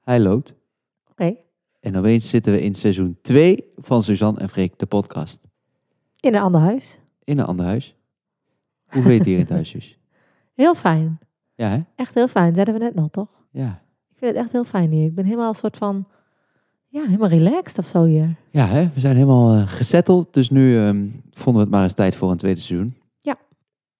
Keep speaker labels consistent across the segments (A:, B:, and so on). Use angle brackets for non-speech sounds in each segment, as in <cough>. A: Hij loopt.
B: Oké.
A: En opeens zitten we in seizoen 2 van Suzanne en Freek, de podcast.
B: In een ander huis.
A: In een ander huis. Hoe weet hier in het huis,
B: <laughs>
A: Suus?
B: Heel fijn.
A: Ja, hè?
B: Echt heel fijn. Zeiden we net nog, toch?
A: Ja.
B: Ik vind het echt heel fijn hier. Ik ben helemaal een soort van... Ja, helemaal relaxed of zo hier.
A: Ja, hè? We zijn helemaal eh, gesetteld. Dus nu ehm, vonden we het maar eens tijd voor een tweede seizoen.
B: Ja.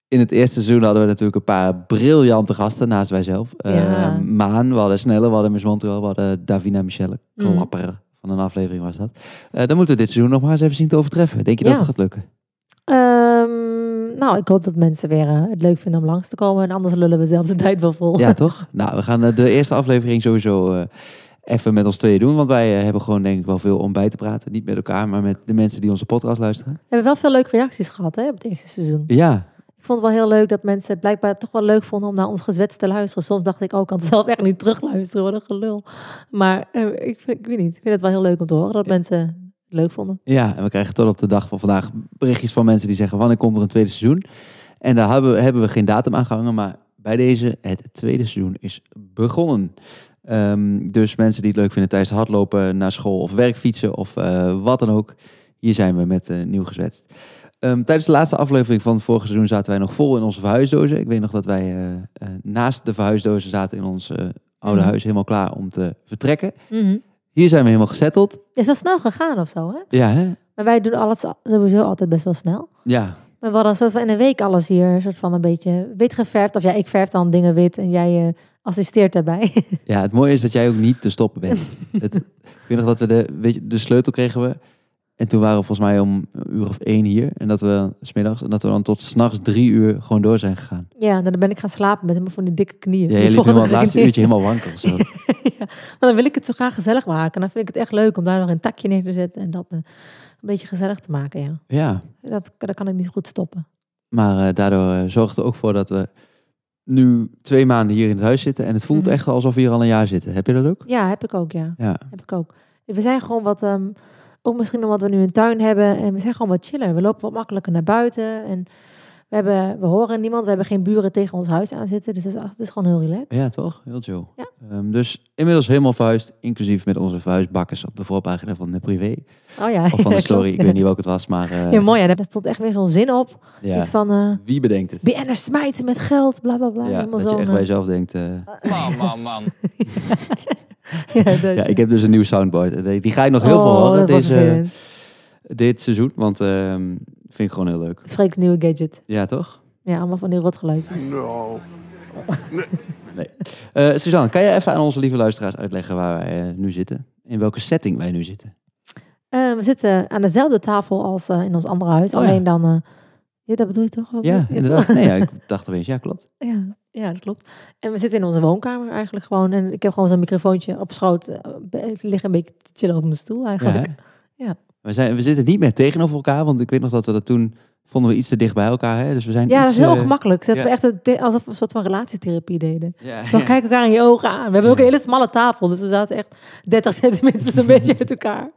A: In het eerste seizoen hadden we natuurlijk een paar briljante gasten naast wijzelf. Eh,
B: Ja.
A: Maan, we hadden Snelle, we hadden Miss Montreal, we hadden Davina Michelle.
B: Mm.
A: Klapper van een aflevering was dat. Eh, dan moeten we dit seizoen nog maar eens even zien te overtreffen. Denk je dat
B: Ja.
A: het gaat lukken?
B: Ehm, nou, ik hoop dat mensen weer eh, het leuk vinden om langs te komen. En anders lullen we zelfs de <laughs> tijd wel vol.
A: <laughs> Ja, toch? Nou, we gaan eh, de eerste aflevering sowieso eh, even met ons tweeën doen. Want wij eh, hebben gewoon denk ik wel veel om bij te praten. Niet met elkaar, maar met de mensen die onze podcast luisteren.
B: We hebben wel veel leuke reacties gehad hè, op het eerste seizoen.
A: Ja,
B: Ik vond het wel heel leuk dat mensen het blijkbaar toch wel leuk vonden om naar ons gezwets te luisteren. Soms dacht ik ook, ik kan het zelf echt niet terugluisteren, wat een gelul. Maar eh, ik, vind, ik weet niet, ik vind het wel heel leuk om te horen dat mensen het leuk vonden.
A: Ja, en we krijgen tot op de dag van vandaag berichtjes van mensen die zeggen: Wanneer komt er een tweede seizoen? En daar hebben, we- hebben we geen datum aan gehangen, maar bij deze, het tweede seizoen is begonnen. Ehm, dus mensen die het leuk vinden tijdens het hardlopen, naar school of werk fietsen of eh, wat dan ook. Hier zijn we met eh, nieuw gezwetst. Ehm, tijdens de laatste aflevering van het vorige seizoen zaten wij nog vol in onze verhuisdozen. Ik weet nog dat wij eh, eh, naast de verhuisdozen zaten in ons eh, oude
B: Mhm.
A: huis helemaal klaar om te vertrekken. Hier zijn we helemaal gezetteld.
B: Het Mhm. is wel snel gegaan of zo, hè?
A: Ja, hè?
B: Maar wij doen alles al- sowieso altijd best wel snel.
A: Ja,
B: Maar we hadden een soort van in een week alles hier, een soort van een beetje wit geverfd. Of ja, ik verf dan dingen wit en jij eh, assisteert daarbij. <laughs>
A: Ja, het mooie is dat jij ook niet te stoppen bent. het, ik weet nog dat we de, weet je, de sleutel kregen we. En toen waren we volgens mij om een uur of één hier. En dat we smiddags, en dat we dan tot s'nachts drie uur gewoon door zijn gegaan.
B: ja, en dan ben ik gaan slapen met helemaal van die dikke knieën.
A: Ja,
B: Die
A: je liep
B: volgende
A: helemaal het laatste
B: knieën.
A: uurtje
B: <laughs>
A: helemaal wankel. Zo.
B: Maar dan wil ik het zo graag gezellig maken. Dan vind ik het echt leuk om daar nog een takje neer te zetten en dat eh, een beetje gezellig te maken. Ja.
A: Ja,
B: Dat, dat kan ik niet goed stoppen.
A: maar eh, daardoor eh, zorgt er ook voor dat we nu twee maanden hier in het huis zitten. En het voelt
B: Mhm.
A: echt alsof we hier al een jaar zitten. Heb je dat ook?
B: Ja, heb ik ook. Ja,
A: Ja,
B: heb ik ook. We zijn gewoon wat, ehm, ook misschien omdat we nu een tuin hebben en we zijn gewoon wat chiller. We lopen wat makkelijker naar buiten en we, hebben, we horen niemand. We hebben geen buren tegen ons huis aan zitten. Dus het is, het is gewoon heel relaxed.
A: ja toch? Heel chill.
B: Ja.
A: Ehm, dus inmiddels helemaal verhuisd. Inclusief met onze verhuisbakkers op de voorpagina van de privé.
B: Oh ja,
A: Of van de
B: <laughs> ja,
A: story,
B: klopt,
A: ik weet niet welke het was. Maar eh,
B: Ja, mooi. Ja, daar stond echt weer zo'n zin op.
A: ja.
B: Iets van eh
A: Wie bedenkt het?
B: BN'ers smijten met geld, bla bla bla.
A: Ja,
B: Helemaal
A: dat je
B: zo'n,
A: echt bij
B: eh,
A: jezelf denkt. eh,
C: Man, man, man.
B: <laughs> ja, dat
A: ja,
B: je-
A: ik heb dus een nieuw soundboard. En die- Die ga je nog heel veel
B: Oh,
A: horen
B: dat wordt
A: deze,
B: vervelend.
A: dit seizoen. Want ehm, vind ik gewoon heel leuk.
B: Freek's nieuwe gadget.
A: Ja, toch?
B: Ja, allemaal van die rotgeluidjes.
D: No.
A: Eh Suzanne, kan je even aan onze lieve luisteraars uitleggen waar wij eh, nu zitten? In welke setting wij nu zitten?
B: Eh, we zitten aan dezelfde tafel als eh, in ons andere huis.
A: Oh, ja.
B: alleen dan... eh, ja, dat bedoel je toch? ook?
A: Ja, inderdaad. Nee, ja, ik dacht opeens, ja, klopt.
B: Ja, ja, dat klopt. En we zitten in onze woonkamer eigenlijk gewoon. En ik heb gewoon zo'n microfoontje op schoot. eh, Ik lig een beetje te chillen op mijn stoel
A: Ja,
B: eigenlijk.
A: hè?
B: Ja.
A: We, zijn, we zitten niet meer tegenover elkaar, want ik weet nog dat we dat toen vonden we iets te dicht bij elkaar. Hè? Dus we zijn
B: Ja, dat
A: iets,
B: is heel
A: eh,
B: ongemakkelijk. Dat
A: ja.
B: we echt een the- alsof we een soort van relatietherapie deden.
A: Ja,
B: Dan
A: ja.
B: kijken elkaar in je ogen aan. We hebben ook
A: Ja.
B: een hele smalle tafel. Dus we zaten echt <laughs> 30 centimeter een beetje uit elkaar.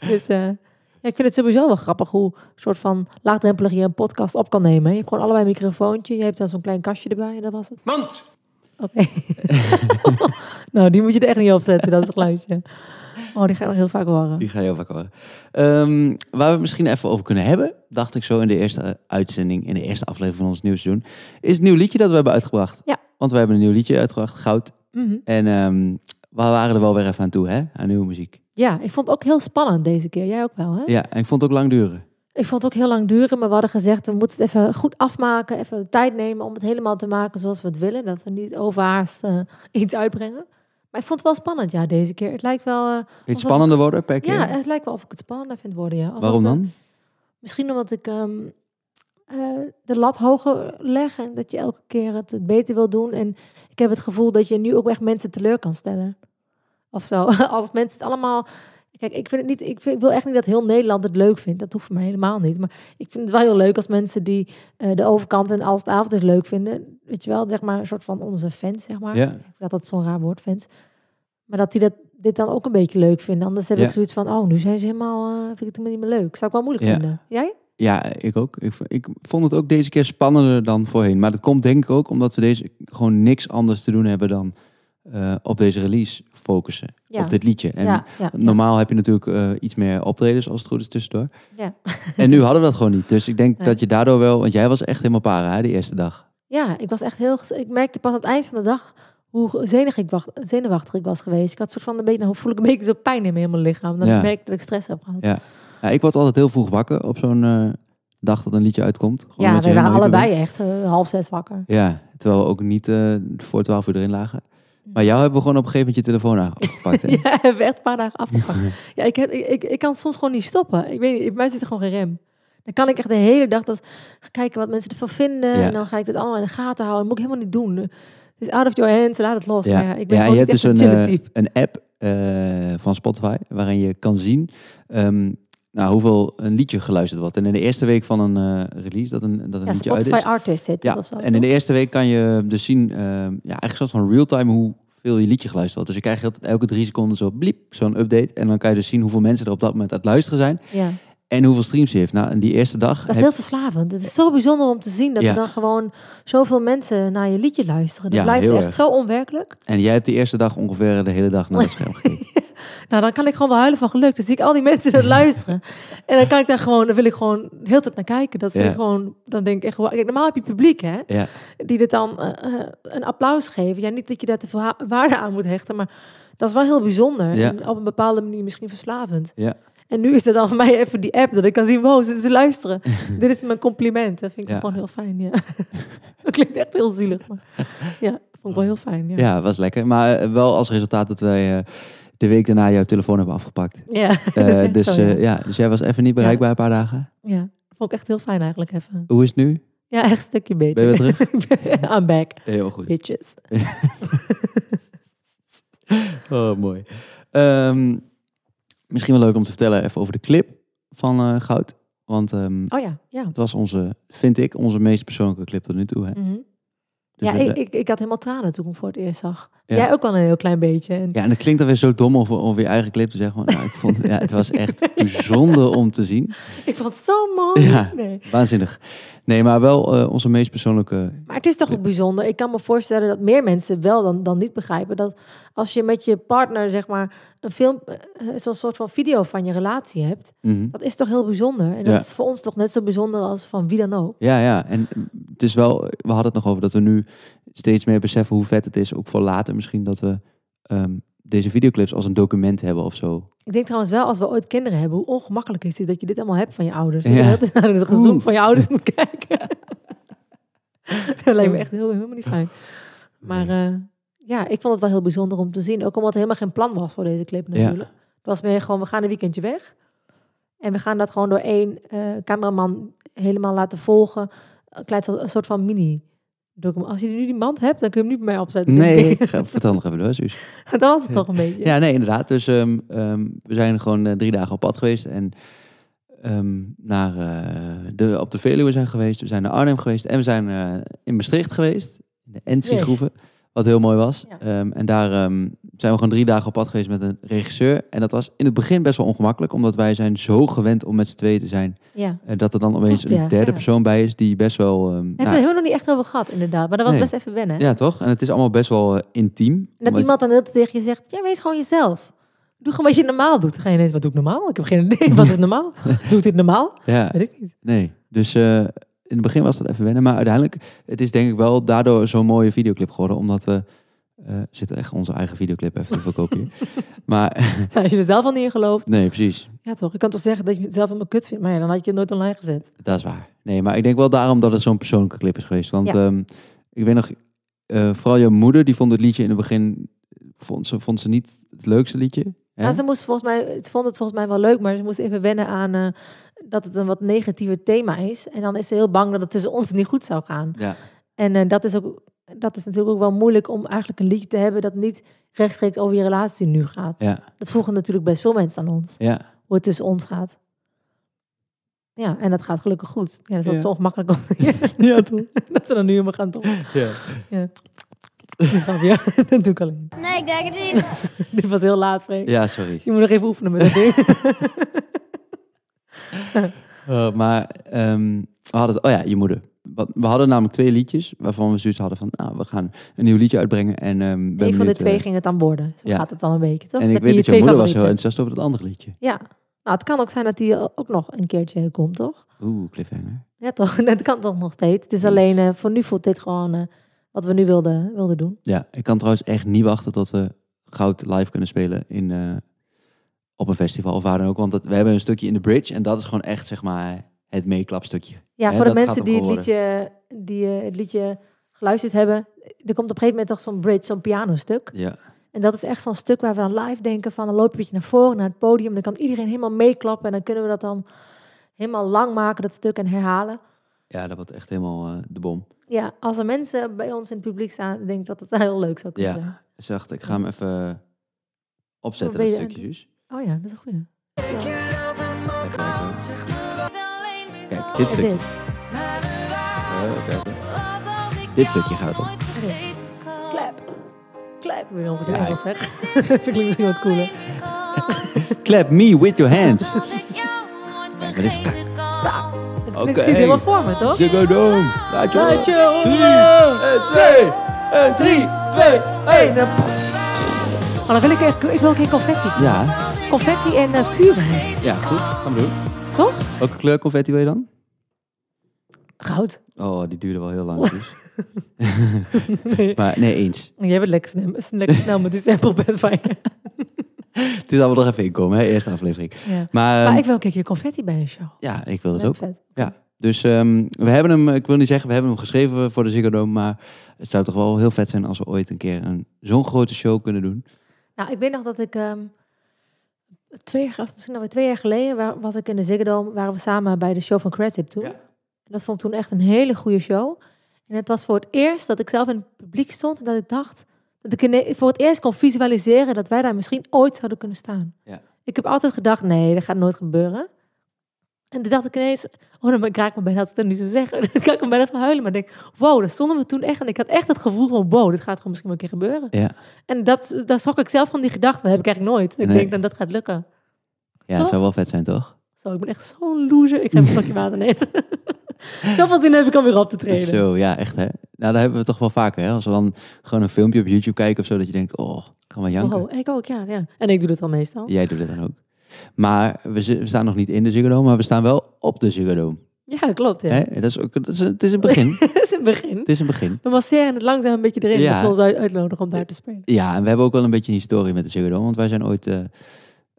B: Dus eh, ja, ik vind het sowieso wel grappig hoe soort van laagdrempelig je een podcast op kan nemen. Je hebt gewoon allebei een microfoontje. Je hebt dan zo'n klein kastje erbij en dat was het.
D: Mand!
B: Oké. <laughs> nou, die moet je er echt niet op zetten, dat geluidje. Oh, die ga je nog heel vaak horen.
A: Die ga je heel vaak horen. Ehm, waar we het misschien even over kunnen hebben, dacht ik zo in de eerste eh, uitzending, in de eerste aflevering van ons nieuw seizoen, is het nieuw liedje dat we hebben uitgebracht.
B: Ja.
A: Want we hebben een nieuw liedje uitgebracht, Goud.
B: Mhm.
A: En ehm, we waren er wel weer even aan toe, hè? Aan nieuwe muziek.
B: Ja, ik vond het ook heel spannend deze keer. Jij ook wel, hè?
A: Ja, en ik vond het ook lang duren.
B: Ik vond het ook heel lang duren, maar we hadden gezegd... we moeten het even goed afmaken, even de tijd nemen... om het helemaal te maken zoals we het willen. Dat we niet overhaast eh, iets uitbrengen. Maar ik vond het wel spannend, ja, deze keer. Het lijkt wel... eh,
A: Vind je het
B: Alsof-
A: spannender worden per keer?
B: Ja, het lijkt wel of ik het spannender vind worden, ja. Alsof
A: Waarom
B: de-
A: dan?
B: Misschien omdat ik ehm, eh, de lat hoger leg... en dat je elke keer het beter wil doen. En ik heb het gevoel dat je nu ook echt mensen teleur kan stellen. Of zo. <laughs> Als mensen het allemaal... Kijk, ik, vind het niet, ik, vind, ik wil echt niet dat heel Nederland het leuk vindt. Dat hoeft voor mij helemaal niet. Maar ik vind het wel heel leuk als mensen die eh, de overkant en als het avond is leuk vinden. Weet je wel, zeg maar, een soort van onze fans, zeg maar.
A: Ja.
B: Ik vind dat dat zo'n raar woord, fans. Maar dat die dat, dit dan ook een beetje leuk vinden. Anders heb
A: Ja.
B: ik zoiets van, oh, nu zijn ze helemaal, eh, vind ik het helemaal niet meer leuk. Zou ik wel moeilijk
A: Ja.
B: vinden. Jij?
A: Ja, ik ook. Ik, v- ik vond het ook deze keer spannender dan voorheen. Maar dat komt denk ik ook omdat we deze keer gewoon niks anders te doen hebben dan eh, op deze release focussen.
B: Ja.
A: Op dit liedje. En
B: ja, ja,
A: normaal heb je natuurlijk eh, iets meer optredens als het goed is tussendoor.
B: Ja.
A: <laughs> en nu hadden we dat gewoon niet. Dus ik denk
B: Nee.
A: dat je daardoor wel... Want jij was echt helemaal para hè, die eerste dag.
B: Ja, ik was echt heel. ges- Ik merkte pas aan het eind van de dag hoe zenig ik wacht, zenuwachtig ik was geweest. Ik had soort van een beetje, nou voel ik een beetje zo pijn in mijn hele lichaam. Dan
A: Ja.
B: merk ik dat ik stress heb gehad.
A: Ja, Ja, ik word altijd heel vroeg wakker op zo'n eh, dag dat een liedje uitkomt. Gewoon
B: Ja,
A: omdat je
B: we waren
A: helemaal hyper
B: allebei echt eh, half zes wakker.
A: bent. Ja, terwijl we ook niet eh, voor twaalf uur erin lagen. Maar jou hebben we gewoon op een gegeven moment je telefoon aan- opgepakt. Hè?
B: Mm. <laughs> Ja, we hebben echt een paar dagen
A: <laughs>
B: afgepakt. Ja, ik, heb, ik, ik, ik kan soms gewoon niet stoppen. Ik weet niet, bij mij zit er gewoon geen rem. Dan kan ik echt de hele dag dat ga kijken wat mensen ervan vinden.
A: Ja.
B: En dan ga ik dit allemaal in de gaten houden. Dat moet ik helemaal niet doen. Het is out of your hands, laat het los. Maar ja, ik ben
A: en
B: gewoon niet echt een
A: een,
B: chille
A: eh,
B: type.
A: een app eh, van Spotify waarin je kan zien ehm, nou, hoeveel een liedje geluisterd wordt. En in de eerste week van een eh, release dat een, dat een
B: Ja,
A: liedje
B: Spotify
A: uit is.
B: artist heet dat
A: Ja,
B: of zo.
A: en in de eerste week kan je dus zien, ehm, ja, eigenlijk soort van real-time hoeveel je liedje geluisterd wordt. Dus je krijgt altijd elke drie seconden zo bliep, zo'n update. En dan kan je dus zien hoeveel mensen er op dat moment aan het luisteren zijn.
B: Ja.
A: En hoeveel streams je heeft. Nou, en die eerste dag...
B: Dat is
A: heb-
B: heel verslavend. Het is zo bijzonder om te zien dat
A: Ja.
B: er dan gewoon zoveel mensen naar je liedje luisteren. Dat
A: Ja,
B: blijft
A: heel
B: echt
A: erg.
B: zo onwerkelijk.
A: En jij hebt de eerste dag ongeveer de hele dag naar het
B: <laughs>
A: scherm gekeken.
B: Nou, dan kan ik gewoon wel huilen van geluk. Dan zie ik al die
A: <laughs>
B: mensen dat luisteren. En dan kan ik daar gewoon, dan wil ik gewoon de hele tijd naar kijken. Dat vind
A: Ja.
B: ik gewoon, dan denk ik echt, wauw. Kijk, normaal heb je publiek, hè?
A: ja.
B: Die dit dan eh, eh, een applaus geven. Ja, niet dat je daar te veel ha- waarde aan moet hechten, maar dat is wel heel bijzonder.
A: Ja.
B: En op een bepaalde manier misschien verslavend.
A: Ja.
B: En nu is dat dan voor mij even die app, dat ik kan zien, wow, ze, ze
A: <laughs>
B: luisteren. Dit is mijn compliment. Dat vind ik
A: Ja.
B: gewoon heel fijn, ja. <laughs> dat klinkt echt heel zielig, maar ja, dat vond ik wel heel fijn, ja.
A: Ja, was lekker. Maar eh, wel als resultaat dat wij eh, de week daarna jouw telefoon hebben afgepakt.
B: Ja, <laughs> dat is
A: Eh,
B: echt
A: dus,
B: zo,
A: eh,
B: ja.
A: ja, dus jij was even niet bereikbaar een paar dagen.
B: Ja, dat vond ik echt heel fijn eigenlijk even.
A: Hoe is het nu?
B: Ja, echt een stukje
A: Ben
B: beter.
A: je weer terug?
B: <laughs> Ik ben- I'm back,
A: Heel goed.
B: bitches.
A: Oh, mooi. Ehm, misschien wel leuk om te vertellen even over de clip van eh, Goud. Want ehm,
B: Oh ja, ja.
A: het was onze, vind ik, onze meest persoonlijke clip tot nu toe. Hè?
B: Mhm.
A: Dus
B: ja,
A: we-
B: ik, ik, ik had helemaal tranen toen ik hem voor het eerst zag.
A: Ja.
B: Jij ook al een heel klein beetje. En
A: ja, en dat klinkt dan weer zo dom om over je eigen clip te zeggen. Maar nou, ik vond, ja, het was echt
B: <laughs>
A: bijzonder om te zien.
B: Ik vond het zo mooi.
A: Ja.
B: Oh, Nee.
A: Waanzinnig. Nee, maar wel eh, onze meest persoonlijke...
B: Maar het is toch ook bijzonder. Ik kan me voorstellen dat meer mensen wel dan, dan niet begrijpen. Dat als je met je partner, zeg maar, een film, eh, zo'n soort van video van je relatie hebt.
A: Mhm.
B: Dat is toch heel bijzonder. En dat
A: Ja.
B: is voor ons toch net zo bijzonder als van wie dan ook.
A: Ja, ja. En het is wel, we hadden het nog over dat we nu steeds meer beseffen hoe vet het is, ook voor later misschien, dat we ehm, deze videoclips als een document hebben of zo.
B: Ik denk trouwens wel, als we ooit kinderen hebben, hoe ongemakkelijk is het dat je dit allemaal hebt van je ouders.
A: Ja.
B: Dat je naar het gezoen
A: Oeh.
B: van je ouders moet
A: <laughs>
B: kijken. dat lijkt me echt heel, helemaal niet fijn. Maar eh, ja, ik vond het wel heel bijzonder om te zien. Ook omdat er helemaal geen plan was voor deze clip natuurlijk. Het was meer gewoon, we gaan een weekendje weg. En we gaan dat gewoon door één eh, cameraman helemaal laten volgen. Een, klein, soort- een soort van mini. document. Als je nu die mand hebt, dan kun je hem nu bij mij opzetten.
A: Nee,
B: <laughs>
A: ik ga- vertel nog even door, Suus.
B: dat was het toch een beetje.
A: Ja, nee, inderdaad. Dus ehm, ehm, we zijn gewoon eh, drie dagen op pad geweest en ehm, naar, eh, de, op de Veluwe zijn geweest, we zijn naar Arnhem geweest en we zijn eh, in Maastricht geweest, in de NC-groeven. Wat heel mooi was.
B: Ja.
A: Ehm, en daar ehm, zijn we gewoon drie dagen op pad geweest met een regisseur. En dat was in het begin best wel ongemakkelijk, omdat wij zijn zo gewend om met z'n tweeën te zijn.
B: ja.
A: En dat er dan opeens
B: Klopt, ja,
A: een derde
B: ja.
A: persoon bij is die best wel... ehm,
B: Daar
A: nou,
B: hebben we nog niet echt over gehad, inderdaad. Maar dat was
A: Nee.
B: best even wennen.
A: ja, toch? En het is allemaal best wel eh, intiem.
B: Dat
A: Omdat-
B: iemand dan heel tegen je zegt, ja, wees gewoon jezelf. Doe gewoon wat je normaal doet. Dan ga je ineens, wat doe ik normaal? Ik heb geen idee, wat is
A: <laughs>
B: normaal? Doe ik dit normaal?
A: Ja,
B: Weet ik niet.
A: nee. Dus eh, in het begin was dat even wennen. Maar uiteindelijk, het is denk ik wel daardoor zo'n mooie videoclip geworden. Omdat we... eh zit echt onze eigen videoclip <laughs> even te verkopen hier. maar <laughs>
B: Ja, Nou, als je er zelf al niet in gelooft.
A: nee, precies.
B: Ja toch, ik kan toch zeggen dat je het zelf helemaal kut vindt. Maar ja, dan had je het nooit online gezet.
A: Dat is waar. Nee, maar ik denk wel daarom dat het zo'n persoonlijke clip is geweest. Want
B: Ja.
A: ehm, ik weet nog, eh, vooral jouw moeder, die vond het liedje in het begin, vond ze, vond ze niet het leukste liedje. Hè?
B: Nou, ze, moest volgens mij, ze vond het volgens mij wel leuk, maar ze moest even wennen aan eh, dat het een wat negatieve thema is. En dan is ze heel bang dat het tussen ons niet goed zou gaan.
A: Ja,
B: En eh, dat, is ook, dat is natuurlijk ook wel moeilijk om eigenlijk een liedje te hebben dat niet rechtstreeks over je relatie nu gaat.
A: ja,
B: Dat vroegen natuurlijk best veel mensen aan ons.
A: ja.
B: hoe het tussen ons gaat. Ja, en dat gaat gelukkig goed. Ja, dus dat
A: Ja.
B: is altijd zo ongemakkelijk om- <laughs>
A: Ja, toch?
B: dat we dan nu helemaal gaan toch.
A: Ja.
B: Ja, <laughs> dat doe ik alleen.
C: Nee, ik denk het niet. <laughs>
B: Dit was heel laat, Freek.
A: sorry.
B: Je moet nog even oefenen met dat
A: <laughs>
B: ding.
A: Eh, maar ehm, we hadden het, oh ja, je moeder. wat- we hadden namelijk twee liedjes waarvan we zoiets hadden van, nou, we gaan een nieuw liedje uitbrengen. En, ehm, ben
B: Een van de
A: benieuwd,
B: twee
A: eh,
B: ging het dan worden. Zo
A: ja.
B: gaat het dan een beetje, toch?
A: En ik
B: Heb
A: weet
B: je
A: dat je
B: twee
A: moeder was heel
B: favorieten?
A: enthousiast over dat andere liedje.
B: Ja. Nou, het kan ook zijn dat die ook nog een keertje komt, toch?
A: Oeh, cliffhanger.
B: Ja, toch? <laughs> Dat kan toch nog steeds. Het is
A: Yes.
B: alleen, eh, voor nu voelt dit gewoon eh, wat we nu wilden, wilden doen.
A: Ja, ik kan trouwens echt niet wachten tot we goud live kunnen spelen in, eh, op een festival of waar dan ook. Want dat, we hebben een stukje in de bridge en dat is gewoon echt, zeg maar, het meeklapstukje.
B: Ja,
A: Hè,
B: voor de
A: dat
B: mensen
A: gaat
B: die
A: hem
B: het, liedje, die eh, het liedje geluisterd hebben. Er komt op een gegeven moment toch zo'n bridge, zo'n pianostuk.
A: Ja,
B: En dat is echt zo'n stuk waar we dan live denken van... dan loop je een beetje naar voren, naar het podium. Dan kan iedereen helemaal meeklappen. En dan kunnen we dat dan helemaal lang maken, dat stuk, en herhalen.
A: ja dat wordt echt helemaal eh, de bom.
B: Ja, als er mensen bij ons in het publiek staan... denk ik dat dat heel leuk zou kunnen
A: Ja.
B: zijn.
A: Zacht, ik ga hem even opzetten,
B: ben
A: dat
B: je-
A: stukje. Suus.
B: Oh ja, dat is een goeie.
A: Even kijken. Kijk, dit
B: Dit.
A: stukje.
B: Oh, dit.
A: Eh, kijk. Dit stukje gaat het om.
B: Clap. Clap. Ik wil nog wat
A: Ja,
B: Engels zeg. <laughs> Vind ik misschien wat cooler.
A: Clap me with your hands.
C: Kijk,
A: maar dit is-
B: Ik
A: Oké.
B: Ik zie het helemaal voor me, toch?
A: Ziggo Dome. Laat je
B: Laat
A: horen.
B: je
A: Drie,
B: horen.
A: en twee, en drie, twee, één. en poef.
B: Oh, dan wil ik, echt, ik wil een keer confetti.
A: Ja,
B: Confetti en eh, vuurwerk,
A: ja, goed. Gaan we doen.
B: toch?
A: Welke kleur confetti wil je dan?
B: Goud.
A: Oh, die duurde wel heel lang. Dus. maar <laughs> nee, eens.
B: Jij bent lekker snel, lekker snel met die sample bed van je.
A: Het is allemaal nog even inkomen, hè? Eerste aflevering.
B: Ja.
A: Maar, ehm,
B: Maar ik wil een keer confetti bij een show.
A: ja, ik wil dat
B: Leuk,
A: ook.
B: vet.
A: Ja. Dus ehm, we hebben hem, ik wil niet zeggen, we hebben hem geschreven voor de Ziggo Dome, maar het zou toch wel heel vet zijn als we ooit een keer een, zo'n grote show kunnen doen.
B: Nou, ik weet nog dat ik ehm, twee jaar, of misschien alweer twee jaar geleden, wa- was ik in de Ziggo Dome, waren we samen bij de show van Credit toen.
A: Ja.
B: En Dat vond ik toen echt een hele goede show. En het was voor het eerst dat ik zelf in het publiek stond en dat ik dacht dat ik ine- voor het eerst kon visualiseren dat wij daar misschien ooit zouden kunnen staan.
A: Ja.
B: Ik heb altijd gedacht, nee, dat gaat nooit gebeuren. En toen dacht ik ineens, oh, dan raak ik me bijna, als ik dat nu zo zeg, <laughs> dan kan ik me bijna van huilen. Maar ik denk, wow, daar stonden we toen echt. En ik had echt het gevoel van, wow, dit gaat gewoon misschien wel een keer gebeuren.
A: Ja.
B: En dat, daar schrok ik zelf van die gedachte. Dat heb ik eigenlijk nooit. Ik
A: Nee.
B: denk dan dat gaat lukken.
A: Ja,
B: Toch?
A: zou wel vet zijn, toch?
B: Zo, ik ben echt zo'n loser. Ik ga even een slokje water nemen. <laughs> Zoveel zin heb ik om weer op te treden.
A: Zo, ja, echt hè. Nou, daar hebben we toch wel vaker, hè? Als we dan gewoon een filmpje op YouTube kijken of zo, dat je denkt, oh, ik ga maar janken.
B: Wow, ik ook, ja, ja. En ik doe dat al meestal.
A: Jij doet het dan ook. Maar we, zi- we staan nog niet in de Ziggo Dome, maar we staan wel op de Ziggo Dome.
B: Ja, klopt. Ja.
A: Hè? Dat is ook, dat is, het is een begin.
B: <laughs> dat is een begin.
A: het is een begin.
B: We masseren het langzaam een beetje erin.
A: Ja.
B: Dat ze ons uit- uitnodigen om daar te spelen.
A: Ja, en we hebben ook wel een beetje een historie met de Ziggo Dome, want wij zijn ooit, eh,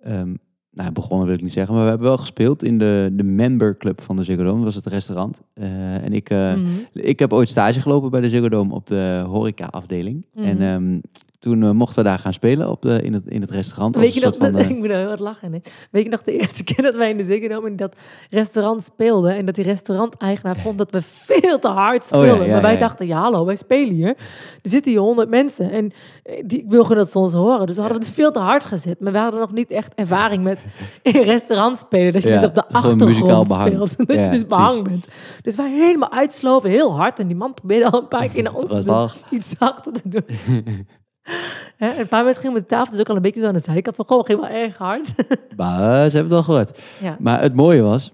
A: ehm, nou begonnen wil ik niet zeggen, maar we hebben wel gespeeld in de, de memberclub van de Ziggo Dome. Dat was het restaurant. Eh, en ik, eh,
B: Mhm.
A: ik heb ooit stage gelopen bij de Ziggo Dome op de horeca afdeling.
B: Mhm.
A: En ehm, toen eh, mochten we daar gaan spelen op de, in, het, in het restaurant. als
B: Weet je
A: een
B: nog,
A: soort van,
B: dat,
A: eh,
B: <laughs> ik moet nou heel wat lachen. hè. Weet je nog de eerste <laughs> keer dat wij in de Ziggo Dome in dat restaurant speelden en dat die restauranteigenaar vond dat we veel te hard
A: Oh, ja,
B: speelden.
A: ja,
B: maar wij
A: ja, ja.
B: dachten, ja hallo, wij spelen hier. Er zitten hier honderd mensen en eh, die, ik wil gewoon dat ze ons horen. Dus we hadden het veel te hard gezet. Maar we hadden nog niet echt ervaring met <laughs> in restaurant spelen. Dat je
A: Ja,
B: dus op de
A: dat is gewoon muzikaal
B: achtergrond
A: behang.
B: speelt. <laughs> Dat
A: Ja,
B: je dus behang bent. Dus wij helemaal uitslopen, heel hard. En die man probeerde al een paar keer naar ons
A: Was
B: te doen,
A: dat?
B: iets zachter
A: <laughs>
B: te doen. Hè, en een paar mensen gingen met de tafel dus ook al een beetje zo aan de zijkant van, goh, ging wel erg hard.
A: Maar eh, ze hebben het wel gehoord.
B: <laughs> ja.
A: Maar het mooie was,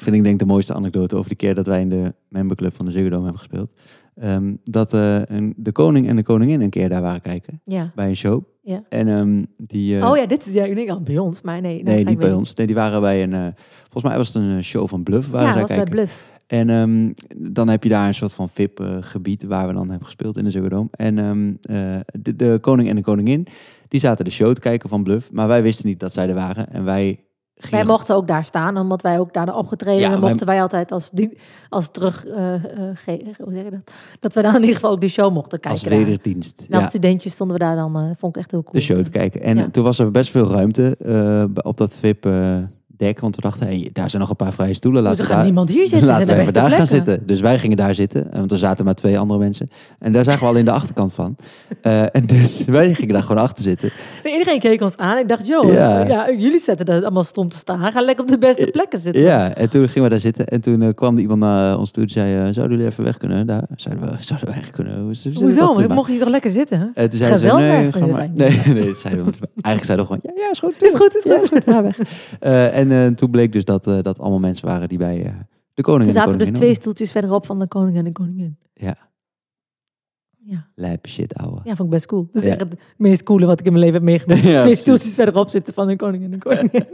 A: vind ik denk de mooiste anekdote over de keer dat wij in de memberclub van de Ziggo Dome hebben gespeeld. ehm, dat eh, een, de koning en de koningin een keer daar waren kijken
B: ja.
A: bij een show.
B: Ja.
A: En ehm, die... eh,
B: Oh ja, dit is ja, ik denk al bij ons, maar nee.
A: Nee,
B: dat ga
A: niet
B: ik
A: bij
B: weer-
A: ons. Nee, die waren bij een... eh, volgens mij was het een eh, show van Bluff. Waar
B: Ja,
A: zij
B: was bij
A: kijken.
B: Bluff.
A: En ehm, dan heb je daar een soort van VIP-gebied waar we dan hebben gespeeld in de Ziggo Dome. En ehm, eh, de, de koning en de koningin, die zaten de show te kijken van Bluff. Maar wij wisten niet dat zij er waren. En wij
B: Wij
A: gingen...
B: mochten ook daar staan, omdat wij ook daar opgetreden
A: Ja,
B: en
A: wij-
B: mochten wij altijd als, die, als terug, eh, eh, ge- hoe zeg je dat? Dat we dan in ieder geval ook de show mochten
A: als
B: kijken. daar.
A: wederdienst.
B: En als
A: ja,
B: studentjes stonden we daar dan, eh, vond ik echt heel cool.
A: de show te kijken. En
B: Ja.
A: toen was er best veel ruimte eh, op dat VIP-dek. Want we dachten, hey, daar zijn nog een paar vrije stoelen.
B: Laten
A: Laten
B: er
A: we daar...
B: gaat niemand hier
A: <laughs>
B: zitten.
A: Laten we
B: zijn de
A: even
B: beste
A: daar gaan
B: plekken.
A: zitten. Dus wij gingen daar zitten, eh, want er zaten maar twee andere mensen. En daar zagen we al in de achterkant
B: <laughs>
A: van. Eh, en dus <laughs> wij gingen daar gewoon achter zitten.
B: Nee, Iedereen keek ons aan. Ik dacht, joh,
A: Ja. Eh,
B: ja. jullie zetten dat allemaal stom te staan. Ga lekker op de beste plekken zitten.
A: Ja, en toen gingen we daar zitten. En toen eh, kwam er iemand naar ons toe en zei... eh, zouden jullie even weg kunnen? Daar zouden we, zouden we weg kunnen. We zitten toch
B: Hoezo?
A: prima.
B: Mocht je toch lekker zitten?
A: En toen
B: Ga
A: zeiden ze,
B: zelf
A: nee,
B: weg.
A: ga
B: Nee, dat
A: maar.
B: zei ik
A: <laughs> Nee, nee, dat zeiden we, want we- eigenlijk zeiden we gewoon, ja, ja is goed.
B: <laughs> Is goed, is
A: Ja, <laughs>
B: goed.
A: is goed, ga weg. Eh, en eh, toen bleek dus dat eh, dat allemaal mensen waren die bij eh, De koning
B: Er
A: en de
B: zaten dus
A: koningin,
B: twee stoeltjes verderop van de koning en de koningin.
A: Ja.
B: Ja,
A: hoor. Lijp shit, ouwe.
B: ja vond ik best cool. Dat is
A: Ja.
B: echt het meest coole wat ik in mijn leven heb meegemaakt.
A: <laughs> Ja,
B: twee
A: precies.
B: stoeltjes verderop zitten van de koning en de koningin. <laughs>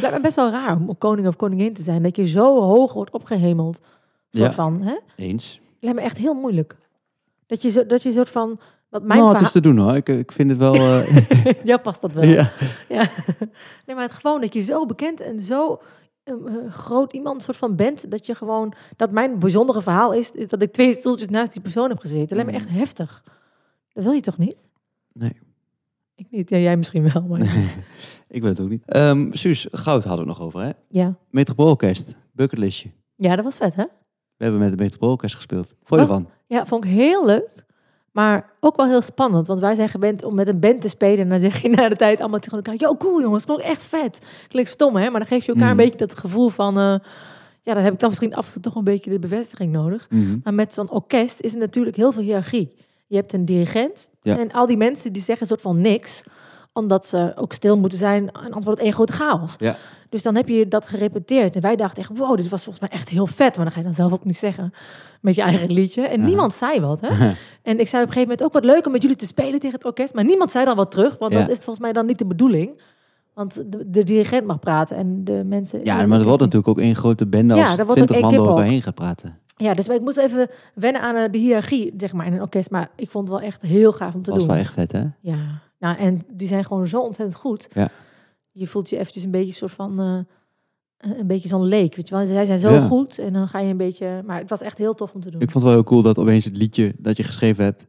B: Lijkt me best wel raar om koning of koningin te zijn. Dat je zo hoog wordt opgehemeld. Soort
A: Ja.
B: van, hè?
A: Eens.
B: Lijkt me echt heel moeilijk. Dat je, zo, dat je soort van... Wat mijn
A: nou, het
B: verhaal...
A: is te doen hoor. Ik, ik vind het wel... <laughs> eh,
B: <laughs> Ja, past dat wel.
A: ja.
B: Ja. Nee, maar het gewoon dat je zo bekend en zo ehm, eh, groot iemand soort van bent, dat je gewoon, dat mijn bijzondere verhaal is, is dat ik twee stoeltjes naast die persoon heb gezeten. Dat lijkt me
A: Mm.
B: echt heftig. Dat wil je toch niet?
A: Nee.
B: Ik niet. Ja, jij misschien wel, maar
A: ik wil het ook niet. Ehm Suus, goud hadden we nog over hè.
B: ja.
A: Metropoolorkest, bucketlistje.
B: Ja, dat was vet, hè?
A: We hebben met het Metropoolorkest gespeeld. Vond je
B: Wat?
A: ervan?
B: Ja, vond ik heel leuk. Maar ook wel heel spannend, want wij zijn gewend om met een band te spelen. En dan zeg je na de tijd allemaal tegen elkaar... Yo, cool jongens, klonk echt vet. Klinkt stom, hè? Maar dan geef je elkaar
A: Mm.
B: een beetje dat gevoel van... eh, ja, dan heb ik dan misschien af en toe toch een beetje de bevestiging nodig.
A: Mhm.
B: Maar met zo'n orkest is er natuurlijk heel veel hiërarchie. Je hebt een dirigent
A: Ja.
B: en al die mensen die zeggen een soort van niks omdat ze ook stil moeten zijn. En antwoord wordt één grote chaos.
A: Ja.
B: Dus dan heb je dat gerepeteerd. En wij dachten echt, wow, dit was volgens mij echt heel vet. Maar dan ga je dan zelf ook niet zeggen met je eigen liedje. En
A: Aha.
B: niemand zei wat.
A: <laughs>
B: Hè? en ik zei op een gegeven moment ook wat leuk om met jullie te spelen tegen het orkest. Maar niemand zei dan wat terug. Want
A: Ja.
B: dat is volgens mij dan niet de bedoeling. Want de, de dirigent mag praten en de mensen...
A: Ja, maar er wordt natuurlijk ook één grote bende
B: Ja,
A: als
B: daar wordt ook
A: 20
B: één
A: man door
B: kip ook.
A: elkaar heen gaat praten.
B: Ja, dus ik moest even wennen aan eh, de hiërarchie, zeg maar, in een orkest. Maar ik vond het wel echt heel gaaf om te
A: Dat was
B: doen.
A: wel echt vet, hè?
B: Ja, nou, en die zijn gewoon zo ontzettend goed.
A: Ja.
B: Je voelt je eventjes een beetje soort van, eh, een beetje zo'n leek, weet je wel. Zij zijn zo
A: Ja.
B: goed en dan ga je een beetje... Maar het was echt heel tof om te doen.
A: Ik vond het wel heel cool dat opeens het liedje dat je geschreven hebt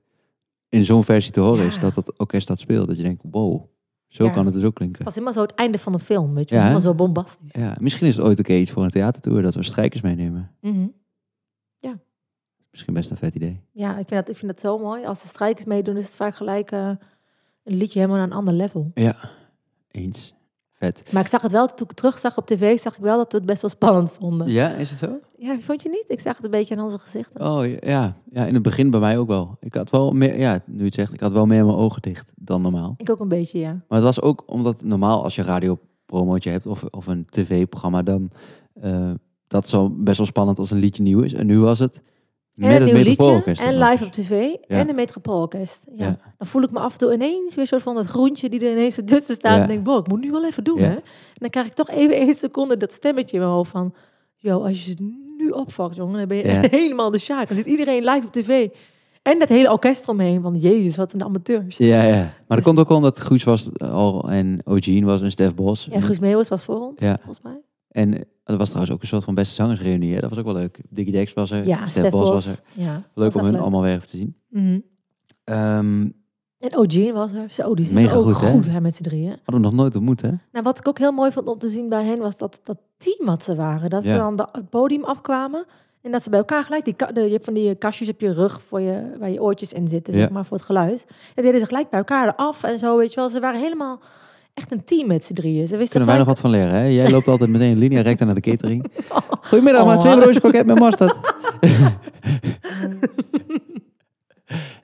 A: in zo'n versie te horen is.
B: Ja.
A: Dat dat orkest dat speelt. Dat je denkt, wow, zo
B: Ja.
A: kan het dus ook klinken.
B: Het was helemaal zo het einde van de film, weet je
A: Ja,
B: wel.
A: hè?
B: Helemaal zo bombastisch.
A: Ja, misschien is het ooit ook iets voor een theatertour dat we strijkers meenemen.
B: Mhm.
A: Misschien best een vet idee.
B: Ja, ik vind, dat, ik vind dat zo mooi. Als de strijkers meedoen, is het vaak gelijk eh, een liedje helemaal naar een ander level.
A: Eens. Vet.
B: Maar ik zag het wel, toen ik het terugzag op tv, zag ik wel dat we het best wel spannend vonden.
A: Ja, is het zo?
B: Ja, vond je niet? Ik zag het een beetje aan onze gezichten.
A: Oh ja, ja, in het begin bij mij ook wel. Ik had wel meer, ja, nu je het zegt, ik had wel meer mijn ogen dicht dan normaal.
B: Ik ook een beetje, ja.
A: Maar het was ook omdat normaal als je een radiopromootje hebt of, of een tv-programma, dan eh, dat zo best wel spannend als een liedje nieuw is. En nu was het
B: En
A: met
B: een
A: het
B: nieuw liedje,
A: Metropoolorkest.
B: en
A: ernaast.
B: live op tv, en de Metropoolorkest. Ja.
A: Ja.
B: Dan voel ik me af en toe ineens weer soort van dat groentje die er ineens tussen staat.
A: Ja.
B: En denk, wow, ik moet nu wel even doen,
A: Ja.
B: hè. En dan krijg ik toch even één seconde dat stemmetje in mijn hoofd van... Yo, als je het nu opvakt, jongen, dan ben je
A: Ja.
B: echt <laughs> helemaal de sjaak. Dan zit iedereen live op tv. En dat hele orkest omheen, want jezus, wat een amateurs. Ja,
A: Ja, ja. Maar dat
B: Dus-
A: komt ook omdat Guus was eh, al en Eugene was en Stef Bos.
B: Guus Meeuwis was voor ons,
A: Ja.
B: volgens mij.
A: En eh, er was trouwens ook een soort van beste zangersreunie. Hè? Dat was ook wel leuk. Diggy Dex was er,
B: Ja,
A: Stef,
B: Stef
A: Bos
B: Bos.
A: was er.
B: Ja,
A: Leuk
B: was
A: om
B: echt
A: hun allemaal weer even te zien.
B: Mhm.
A: Ehm,
B: En Eugene was er. Zo, die zijn
A: Mega
B: ook
A: goed, hè?
B: goed hè, met z'n drieën.
A: hadden we nog nooit ontmoet, hè?
B: Nou, wat ik ook heel mooi vond om te zien bij hen was dat dat team wat ze waren. Dat ze
A: Ja.
B: dan de- het podium afkwamen en dat ze bij elkaar gelijk... Die, ka- de, je hebt van die eh, kastjes op je rug voor je, waar je oortjes in zitten, zeg
A: Ja.
B: maar, voor het geluid. En deden ze gelijk bij elkaar eraf en zo, weet je wel. Ze waren helemaal echt een team met z'n drieën. Ze wisten
A: Kunnen wij nog
B: gelijk-
A: wat van leren, hè? Jij loopt altijd meteen linea recta naar de
B: <laughs>
A: catering. Goedemiddag, maar
B: Oh.
A: twee broodjes kroket met mosterd.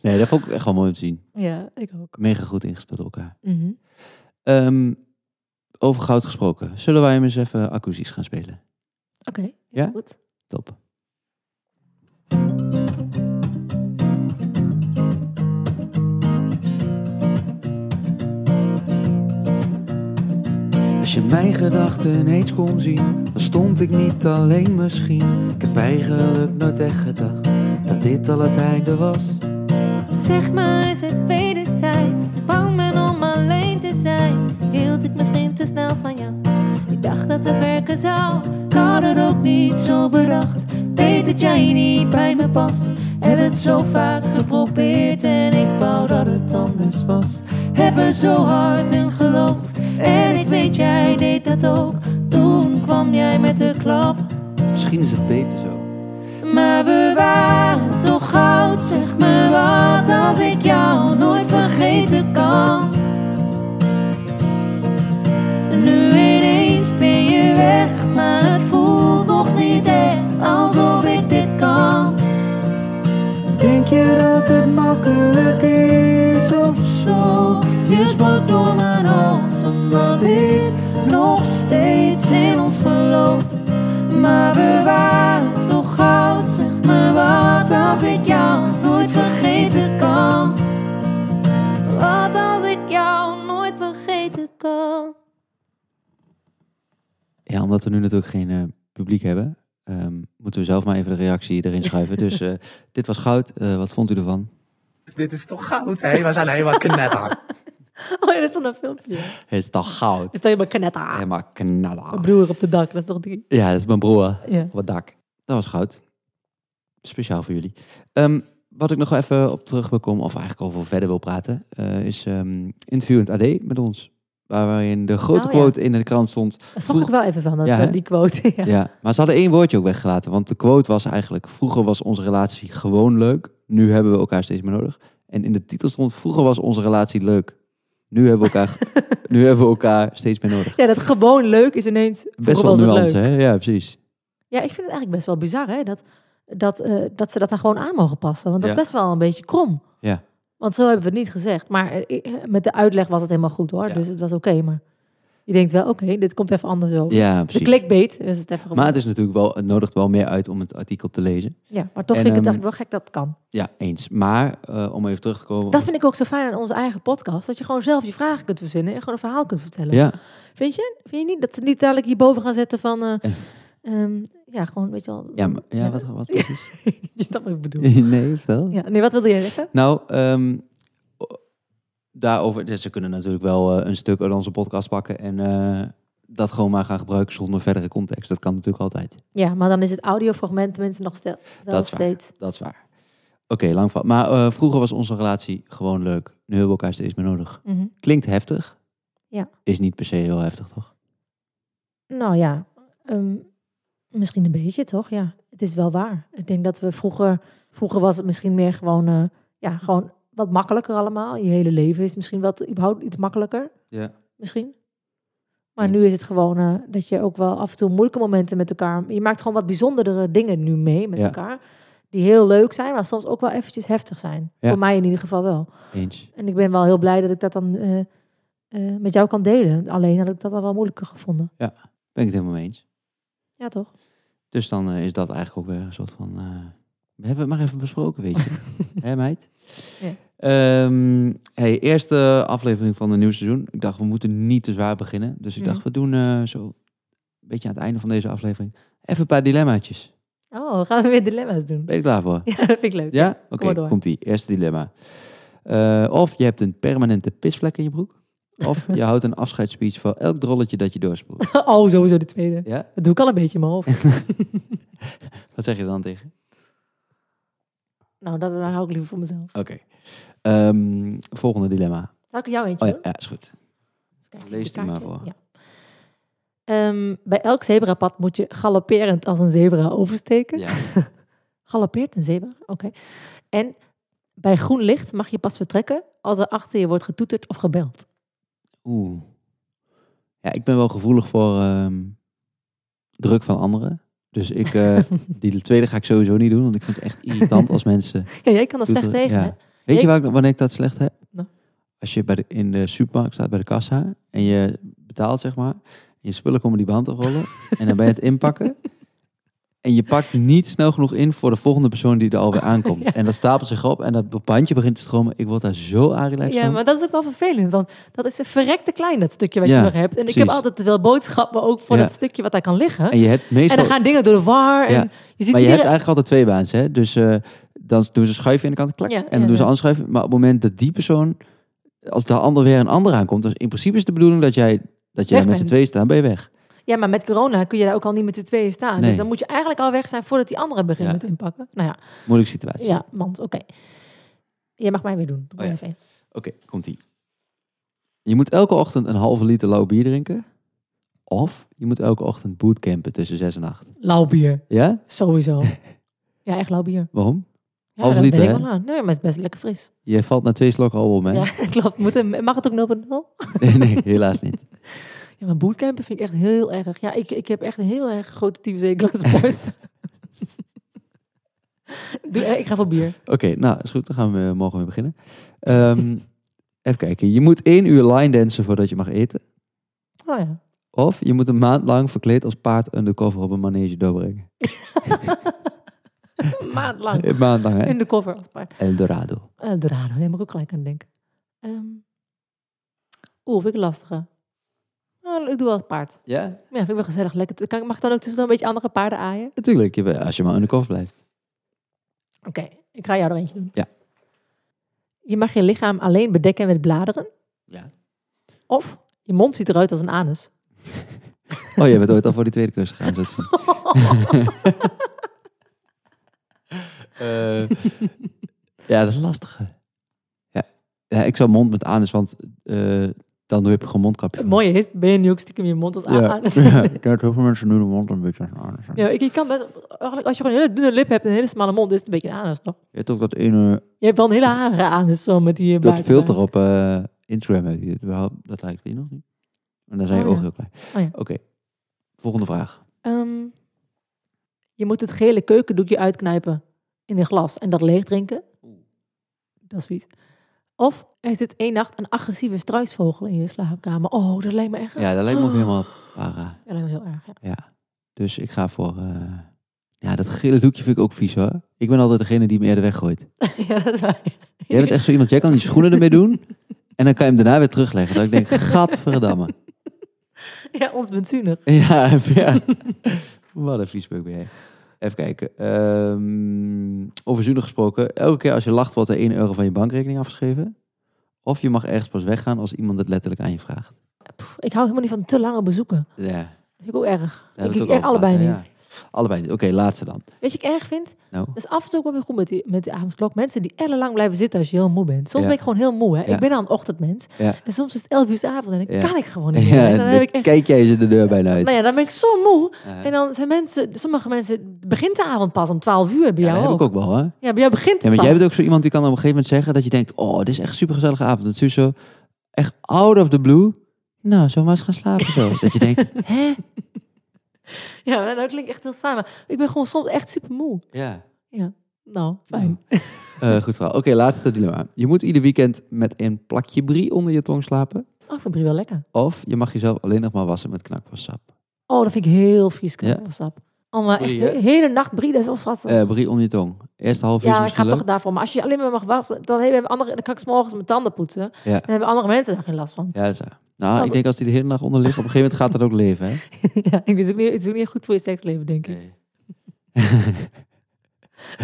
A: nee, dat vond ik echt wel mooi om te zien.
B: <laughs> Ja, ik ook.
A: Mega goed ingespeeld door elkaar.
B: Mhm.
A: Ehm, over goud gesproken. Zullen wij hem eens even akoestisch gaan spelen?
B: Oké,
A: Ja?
B: goed.
A: Top. Als je mijn gedachten eens kon zien, dan stond ik niet alleen misschien. Ik heb eigenlijk nooit echt gedacht dat dit al het einde was.
C: Zeg maar is het wederzijds Als ik bang ben om alleen te zijn Hield ik misschien te snel van jou Ik dacht dat het werken zou Ik had het ook niet zo bedacht Weet dat jij niet bij me past Heb het zo vaak geprobeerd En ik wou dat het anders was Heb er zo hard in geloofd En ik weet jij deed dat ook Toen kwam jij met de klap
A: Misschien is het beter zo.
C: maar we waren toch goud, zeg me wat als ik jou nooit vergeten kan. Nu ineens ben je weg, maar het voelt nog niet echt alsof ik dit kan. Denk je dat het makkelijk is of zo? Je sprak door mijn hoofd omdat ik nog steeds in ons geloof. maar bewaren. Toch goud, zeg me wat als ik jou nooit vergeten kan. Wat als ik jou nooit vergeten kan.
A: Ja, omdat we nu natuurlijk geen eh, publiek hebben, ehm, moeten we zelf maar even de reactie erin schuiven. <laughs> Dus eh, dit was goud. Eh, wat vond u ervan?
D: Dit is toch goud, hè? We zijn helemaal knetterhard.
B: Oh ja, dat is van dat filmpje.
A: Het is toch goud?
B: Is dat je maar kanetta?
A: Helemaal
B: Mijn
A: knallen.
B: broer op de dak, dat is toch die?
A: Ja, dat is mijn broer
B: Ja.
A: op het dak. Dat was goud. Speciaal voor jullie. Ehm, wat ik nog wel even op terug wil komen, of eigenlijk over verder wil praten, eh, is ehm interview in het AD met ons. Waar- Waarin de grote
B: Oh, ja.
A: quote in de krant stond.
B: Daar schrok ik wel even van, dat,
A: Ja, hè?
B: eh, die quote. <laughs> Ja.
A: Ja. maar ze hadden één woordje ook weggelaten. Want de quote was eigenlijk: Vroeger was onze relatie gewoon leuk. Nu hebben we elkaar steeds meer nodig. En in de titel stond: Vroeger was onze relatie leuk. Nu hebben we
B: <laughs>
A: elkaar, nu hebben we elkaar steeds meer nodig.
B: Ja, dat gewoon leuk is ineens...
A: Best
B: vroeger
A: wel
B: was het
A: nuance,
B: leuk.
A: hè? Ja, precies.
B: Ja, ik vind het eigenlijk best wel bizar, hè? Dat, dat, eh, dat ze dat dan gewoon aan mogen passen. Want dat
A: Ja.
B: is best wel een beetje krom.
A: Ja.
B: Want zo hebben we het niet gezegd. Maar eh, met de uitleg was het helemaal goed, hoor.
A: Ja.
B: Dus het was oké, maar... Je denkt wel, oké, dit komt even anders over.
A: Ja,
B: de
A: precies.
B: clickbait is het even
A: Maar
B: gemaakt.
A: het is natuurlijk wel, het nodigt wel meer uit om het artikel te lezen.
B: Ja, maar toch
A: En,
B: vind ik het
A: ehm,
B: eigenlijk wel gek dat het kan.
A: Ja, eens. Maar eh, om even terug te komen.
B: Dat vind ik ook zo fijn aan onze eigen podcast. Dat je gewoon zelf je vragen kunt verzinnen en gewoon een verhaal kunt vertellen.
A: ja,
B: Vind je? Vind je niet? Dat ze niet dadelijk hierboven gaan zetten van... eh, ehm, ja, gewoon, weet je wel...
A: ja, maar- ja, wat, wat <laughs> precies?
B: <laughs> je snapt wat ik bedoel.
A: nee, vertel.
B: Ja, nee, wat wilde jij zeggen?
A: Nou, ehm, o- daarover. dus Ze kunnen natuurlijk wel eh, een stuk uit onze podcast pakken en eh, dat gewoon maar gaan gebruiken zonder verdere context. Dat kan natuurlijk altijd.
B: Ja, maar dan is het audiofragment mensen nog stel, wel
A: Dat is waar.
B: steeds.
A: Dat is waar. Oké, lang van. Maar eh, vroeger was onze relatie gewoon leuk. Nu hebben we elkaar steeds meer nodig.
B: Mhm.
A: Klinkt heftig.
B: Ja.
A: Is niet per se heel heftig, toch?
B: Nou ja, ehm, misschien een beetje toch? Ja, het is wel waar. Ik denk dat we vroeger, vroeger was het misschien meer gewoon, eh, ja, gewoon wat makkelijker allemaal. Je hele leven is misschien wat überhaupt iets makkelijker,
A: Ja.
B: misschien. Maar
A: Eens.
B: nu is het gewoon eh, dat je ook wel af en toe moeilijke momenten met elkaar. Je maakt gewoon wat bijzondere dingen nu mee met
A: Ja.
B: elkaar. Die heel leuk zijn, maar soms ook wel eventjes heftig zijn.
A: Ja.
B: Voor mij in ieder geval wel.
A: Eens.
B: En ik ben wel heel blij dat ik dat dan eh, eh, met jou kan delen. Alleen had ik dat al wel moeilijker gevonden.
A: Ben ik het helemaal mee eens.
B: Ja, toch?
A: Dus dan eh, is dat eigenlijk ook weer een soort van... eh, we hebben het maar even besproken, weet
B: <laughs>
A: je. Hè, meid?
B: Ja.
A: Ehm, hey, eerste aflevering van het nieuwe seizoen. Ik dacht, we moeten niet te zwaar beginnen. Dus ik
B: Mhm.
A: dacht, we doen eh, zo een beetje aan het einde van deze aflevering... even een paar dilemmaatjes.
B: Oh, gaan we weer dilemma's doen?
A: Ben je er klaar voor?
B: Ja, <laughs> dat vind ik leuk.
A: Ja? Oké,
B: Kom maar door.
A: komt-ie. Eerste dilemma. Eh, of je hebt een permanente pisvlek in je broek... of je houdt een afscheidsspeech voor elk drolletje dat je
B: <laughs>
A: doorspoelt.
B: Oh, sowieso de tweede.
A: ja?
B: Dat doe ik al een beetje in mijn
A: <laughs>
B: hoofd.
A: Wat zeg je er dan tegen?
B: nou, dat hou ik liever voor mezelf.
A: Oké. Ehm, volgende dilemma.
B: Zal ik er jou eentje
A: Oh ja,
B: doen?
A: ja, is goed.
B: Even kijken,
A: lees
B: even
A: die maar
B: kaartje.
A: voor.
B: Ja. Ehm, bij elk zebrapad moet je galopperend als een zebra oversteken.
A: Ja.
B: Galoppeert een zebra? Oké. En bij groen licht mag je pas vertrekken als er achter je wordt getoeterd of gebeld. <laughs>
A: Oeh. Ja, ik ben wel gevoelig voor ehm, druk van anderen. Dus ik,
B: <laughs>
A: eh, die tweede ga ik sowieso niet doen, want ik vind het echt irritant als
B: <laughs>
A: mensen...
B: Ja, jij kan er slecht
A: toeteren.
B: tegen,
A: Ja.
B: hè?
A: Weet je
B: Ik-
A: waar ik, wanneer ik dat slecht heb?
B: <laughs> Nou.
A: Als je bij de, in de supermarkt staat bij de kassa en je betaalt, zeg maar. En je spullen komen die band rollen en dan ben je het
B: <laughs>
A: inpakken. En je pakt niet snel genoeg in voor de volgende persoon die er
B: <laughs>
A: alweer aankomt. En dat stapelt zich op en dat bandje begint te stromen. Ik word daar zo aardig
B: Ja,
A: van.
B: maar dat is ook wel vervelend, want dat is een verrekte klein, dat stukje wat
A: Ja,
B: je nog hebt. En ik
A: precies.
B: heb altijd te veel boodschappen ook voor
A: Ja.
B: dat stukje wat daar kan liggen.
A: En je hebt
B: En
A: meestal...
B: dan gaan dingen door de war. En
A: Ja,
B: je ziet
A: maar je
B: iedereen-
A: hebt eigenlijk altijd twee baans, hè? Dus eh, dan doen ze schuiven in de kant, klak,
B: Ja,
A: en
B: ja,
A: dan doen ze
B: ja.
A: anders schuiven. Maar op het moment dat die persoon, als de ander weer een ander aankomt, dus in principe is de bedoeling dat jij, dat jij
B: Weg
A: met z'n
B: bent.
A: tweeën staat, ben je weg.
B: Ja, maar met corona kun je daar ook al niet met z'n tweeën staan.
A: Nee.
B: Dus dan moet je eigenlijk al weg zijn voordat die andere begint
A: Ja.
B: met inpakken. Nou ja,
A: Moeilijke situatie.
B: ja man, oké. Jij mag mij weer doen. Doe maar
A: Oh ja.
B: even één.
A: Oké, komt ie. Je moet elke ochtend een halve liter lauw bier drinken. Of je moet elke ochtend bootcampen tussen 6 en 8.
B: Lauw bier,
A: Ja?
B: sowieso. <laughs> ja, echt lauw bier.
A: Waarom?
B: Ja,
A: Half
B: dat
A: liter,
B: ben ik
A: hè?
B: wel aan. Nee, maar het is best lekker fris.
A: Je valt na twee slokken al om, hè?
B: Ja, <laughs> klopt. Moet het- mag het ook 0.0?
A: <laughs> Nee, nee, helaas niet.
B: Ja, maar bootcampen vind ik echt heel erg. Ja, ik, ik heb echt een heel erg grote type
A: <laughs>
B: zeeklasport. <laughs> Doe, eh, ik ga voor bier.
A: Oké, nou is goed. Dan gaan we morgen weer beginnen. Ehm, even kijken. Je moet één uur line dansen voordat je mag eten.
B: Oh ja.
A: Of je moet een maand lang verkleed als paard undercover op een manege doorbrengen.
B: Een maand lang.
A: Een maand lang, hè?
B: In de cover als paard. Eh,
A: Eldorado.
B: Eldorado, daar moet ik ook gelijk aan denken. Ehm Oeh, vind ik lastige. Nou, ik doe wel het paard.
A: Ja?
B: Ja, vind ik wel gezellig. Lekker. Kan ik- Mag ik dan ook tussen een beetje andere paarden aaien?
A: Natuurlijk, je bent- als je maar undercover blijft.
B: Oké, ik ga jou er eentje doen.
A: Ja.
B: Je mag je lichaam alleen bedekken met bladeren.
A: Ja.
B: Of je mond ziet eruit als een anus.
A: Oh, je bent ooit al voor die tweede kus gegaan, zo te zien. <laughs> Eh, ja, dat is lastig. Ja. ja, ik zou mond met anus, want eh, dan doe je gewoon mondkapje.
B: Het mooie is, ben je nu ook stiekem je mond als
A: Ja. <laughs>
B: anus?
A: Ja,
B: <laughs>
A: ik denk dat heel veel mensen nu de mond een beetje aan anus hebben.
B: Ja, ik- je kan best, eigenlijk als je gewoon een hele dunne lip hebt en een hele smalle mond, is het een beetje een anus, toch?
A: Je hebt ook dat ene,
B: Je hebt wel een hele harige anus zo met die eh,
A: dat
B: baard
A: filter
B: erbij.
A: op eh, Instagram. heb je het wel. Dat lijkt me nog niet. En dan zijn je
B: Oh, ja.
A: ogen heel klein.
B: Oh, ja.
A: Oké, volgende vraag.
B: Ehm, je moet het gele keukendoekje uitknijpen in een glas en dat leeg drinken. Dat is vies. Of er zit één nacht een agressieve struisvogel in je slaapkamer. Oh, dat lijkt me echt.
A: Ja, dat lijkt me
B: <gasps>
A: ook helemaal para.
B: Dat lijkt me heel erg. Ja. <laughs>
A: Ja. Dus ik ga voor... eh, ja, dat gele doekje vind ik ook vies hoor. Ik ben altijd degene die hem eerder weggooit.
B: ja, dat is waar.
A: Jij bent echt zo iemand, jij kan je schoenen ermee
B: <laughs>
A: doen. En dan kan je hem daarna weer terugleggen. Dat ik denk, gadverdamme.
B: Ja, ons bent zuinig.
A: <laughs> Ja, ja. Wat een viesbeuk ben jij. Even kijken. Ehm over zuinig gesproken. Elke keer als je lacht wordt er 1 euro van je bankrekening afgeschreven. Of je mag ergens pas weggaan als iemand het letterlijk aan je vraagt.
B: Pff, Ik hou helemaal niet van te lange bezoeken.
A: Ja,
B: Dat vind ik ook erg.
A: hebben we
B: Ik,
A: het
B: ik,
A: ook over
B: allebei
A: gehad,
B: niet.
A: allebei niet. Oké, laatste dan.
B: Weet je, wat ik erg vind. <laughs>
A: Nou,
B: Dat is af en toe ook wel weer goed met die, met die avondklok. Mensen die ellenlang blijven zitten als je heel moe bent. Soms
A: Ja.
B: ben ik gewoon heel moe. Hè?
A: Ja.
B: Ik ben al een ochtendmens.
A: Ja.
B: En soms is het 11 uur 's avonds en dan
A: Ja.
B: kan ik gewoon niet meer.
A: <laughs> ja,
B: En dan heb ik
A: dan
B: echt...
A: kijk jij ze de deur bijna uit. Eh,
B: Nou ja, dan ben ik zo moe.
A: Ja.
B: En dan zijn mensen... Sommige mensen... Begint de avond pas om 12 uur bij
A: Ja,
B: jou
A: dat heb
B: ook.
A: ik ook wel, hè?
B: Ja, bij jou begint het
A: Ja, maar
B: pas.
A: jij bent ook zo iemand die kan op een gegeven moment zeggen dat je denkt, oh, dit is echt supergezellige avond. Het is zo echt out of the blue. Nou, zo maar eens gaan slapen zo. dat je denkt, hè?
B: Ja, maar dat klinkt echt heel saai. Maar ik ben gewoon soms echt super moe.
A: <laughs> Ja.
B: Nou, fijn.
A: Eh, goed verhaal. Oké, laatste dilemma. Je moet ieder weekend met een plakje brie onder je tong slapen.
B: Oh, ik vind Brie wel lekker.
A: Of je mag jezelf alleen nog maar wassen met knakwassap.
B: Oh, dat vind ik heel vies.
A: Ja.
B: Knapelsap. Oh, maar echt
A: Brie,
B: de
A: hè?
B: hele nacht Brie, dat is wel vast.
A: Eh brie onder je tong. Eerste half uur is
B: Oh. Ja, ik ga
A: misschien
B: toch
A: leuk.
B: daarvoor. Maar als je alleen maar mag wassen, dan, hebben andere, dan kan ik 's morgens mijn tanden poetsen.
A: Ja.
B: Dan hebben andere mensen daar geen last van. <laughs>
A: Ja, dat is waar. Nou,
B: Als-
A: ik denk als die de hele nacht onder ligt, op een gegeven moment gaat dat ook leven, hè?
B: ja, <laughs> ik weet ook niet, het is ook niet goed voor je seksleven, denk ik.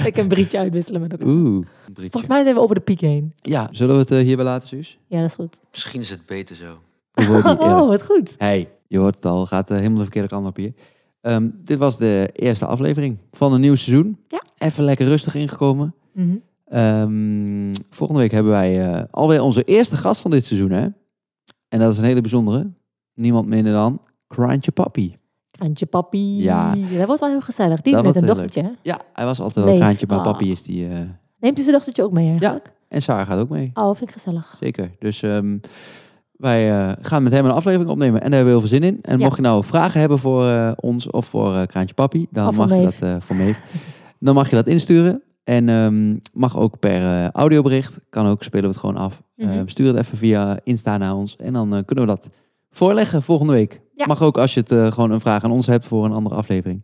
B: Ik een brietje uitwisselen met elkaar.
A: Oeh. een
B: Volgens
A: brietje.
B: mij zijn we over de piek heen.
A: Ja, zullen we het eh, hierbij laten, Suus?
B: Ja, dat is goed.
A: Misschien is het beter zo. Ik
B: <laughs>
A: word niet eerlijk.
B: Oh, wat goed.
A: Hey, je hoort het al, gaat eh, helemaal de verkeerde kant op hier. Ehm, dit was de eerste aflevering van een nieuw seizoen.
B: Ja.
A: Even lekker rustig ingekomen.
B: Mhm.
A: Ehm, volgende week hebben wij eh, alweer onze eerste gast van dit seizoen. Hè? En dat is een hele bijzondere. Niemand minder dan Crantje Papi.
B: Kraantje papi.
A: Ja.
B: Dat wordt wel heel gezellig. Die
A: Dat
B: met een
A: wordt heel
B: dochtertje. hè?
A: Ja, hij was altijd wel
B: Nee,
A: Kraantje, maar
B: ah.
A: Papi is die. eh,
B: Neemt u zijn dochtertje ook mee eigenlijk?
A: En Sarah gaat ook mee.
B: Oh, vind ik gezellig.
A: Zeker. Dus ehm, wij eh, gaan met hem een aflevering opnemen. En daar hebben we heel veel zin in. En
B: Ja.
A: mocht je nou vragen hebben voor eh, ons of voor eh, Kraantje Papi, dan
B: Of voor
A: mag je
B: Meef.
A: dat eh, voor Meef. dan mag je dat insturen. En ehm, mag ook per eh, audiobericht. Kan ook, spelen we het gewoon af.
B: Mhm.
A: Eh, stuur het even via Insta naar ons. En dan eh, kunnen we dat voorleggen volgende week.
B: Ja.
A: Mag ook als je het eh, gewoon een vraag aan ons hebt voor een andere aflevering.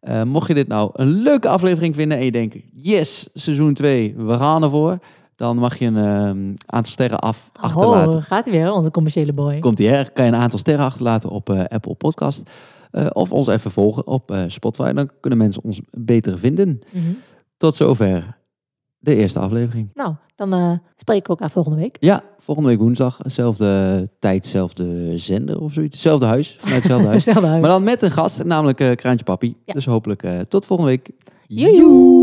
A: Eh, mocht je dit nou een leuke aflevering vinden en je denkt, yes, seizoen 2, we gaan ervoor. Dan mag je een ehm, aantal sterren af, achterlaten.
B: Oh, gaat hij weer, onze commerciële boy.
A: Komt die her, kan je een aantal sterren achterlaten op eh, Apple Podcast. Eh, of ons even volgen op eh, Spotify. Dan kunnen mensen ons beter vinden.
B: Mhm.
A: Tot zover de eerste aflevering.
B: Nou, dan eh, spreken we elkaar volgende week.
A: Ja, volgende week woensdag. Zelfde tijd, zelfde zender of zoiets. Zelfde huis. Vanuit <laughs> hetzelfde huis.
B: Hetzelfde huis.
A: Maar dan met een gast, namelijk eh Kraantje Papi. Dus hopelijk eh, tot volgende week.
B: Joejoe.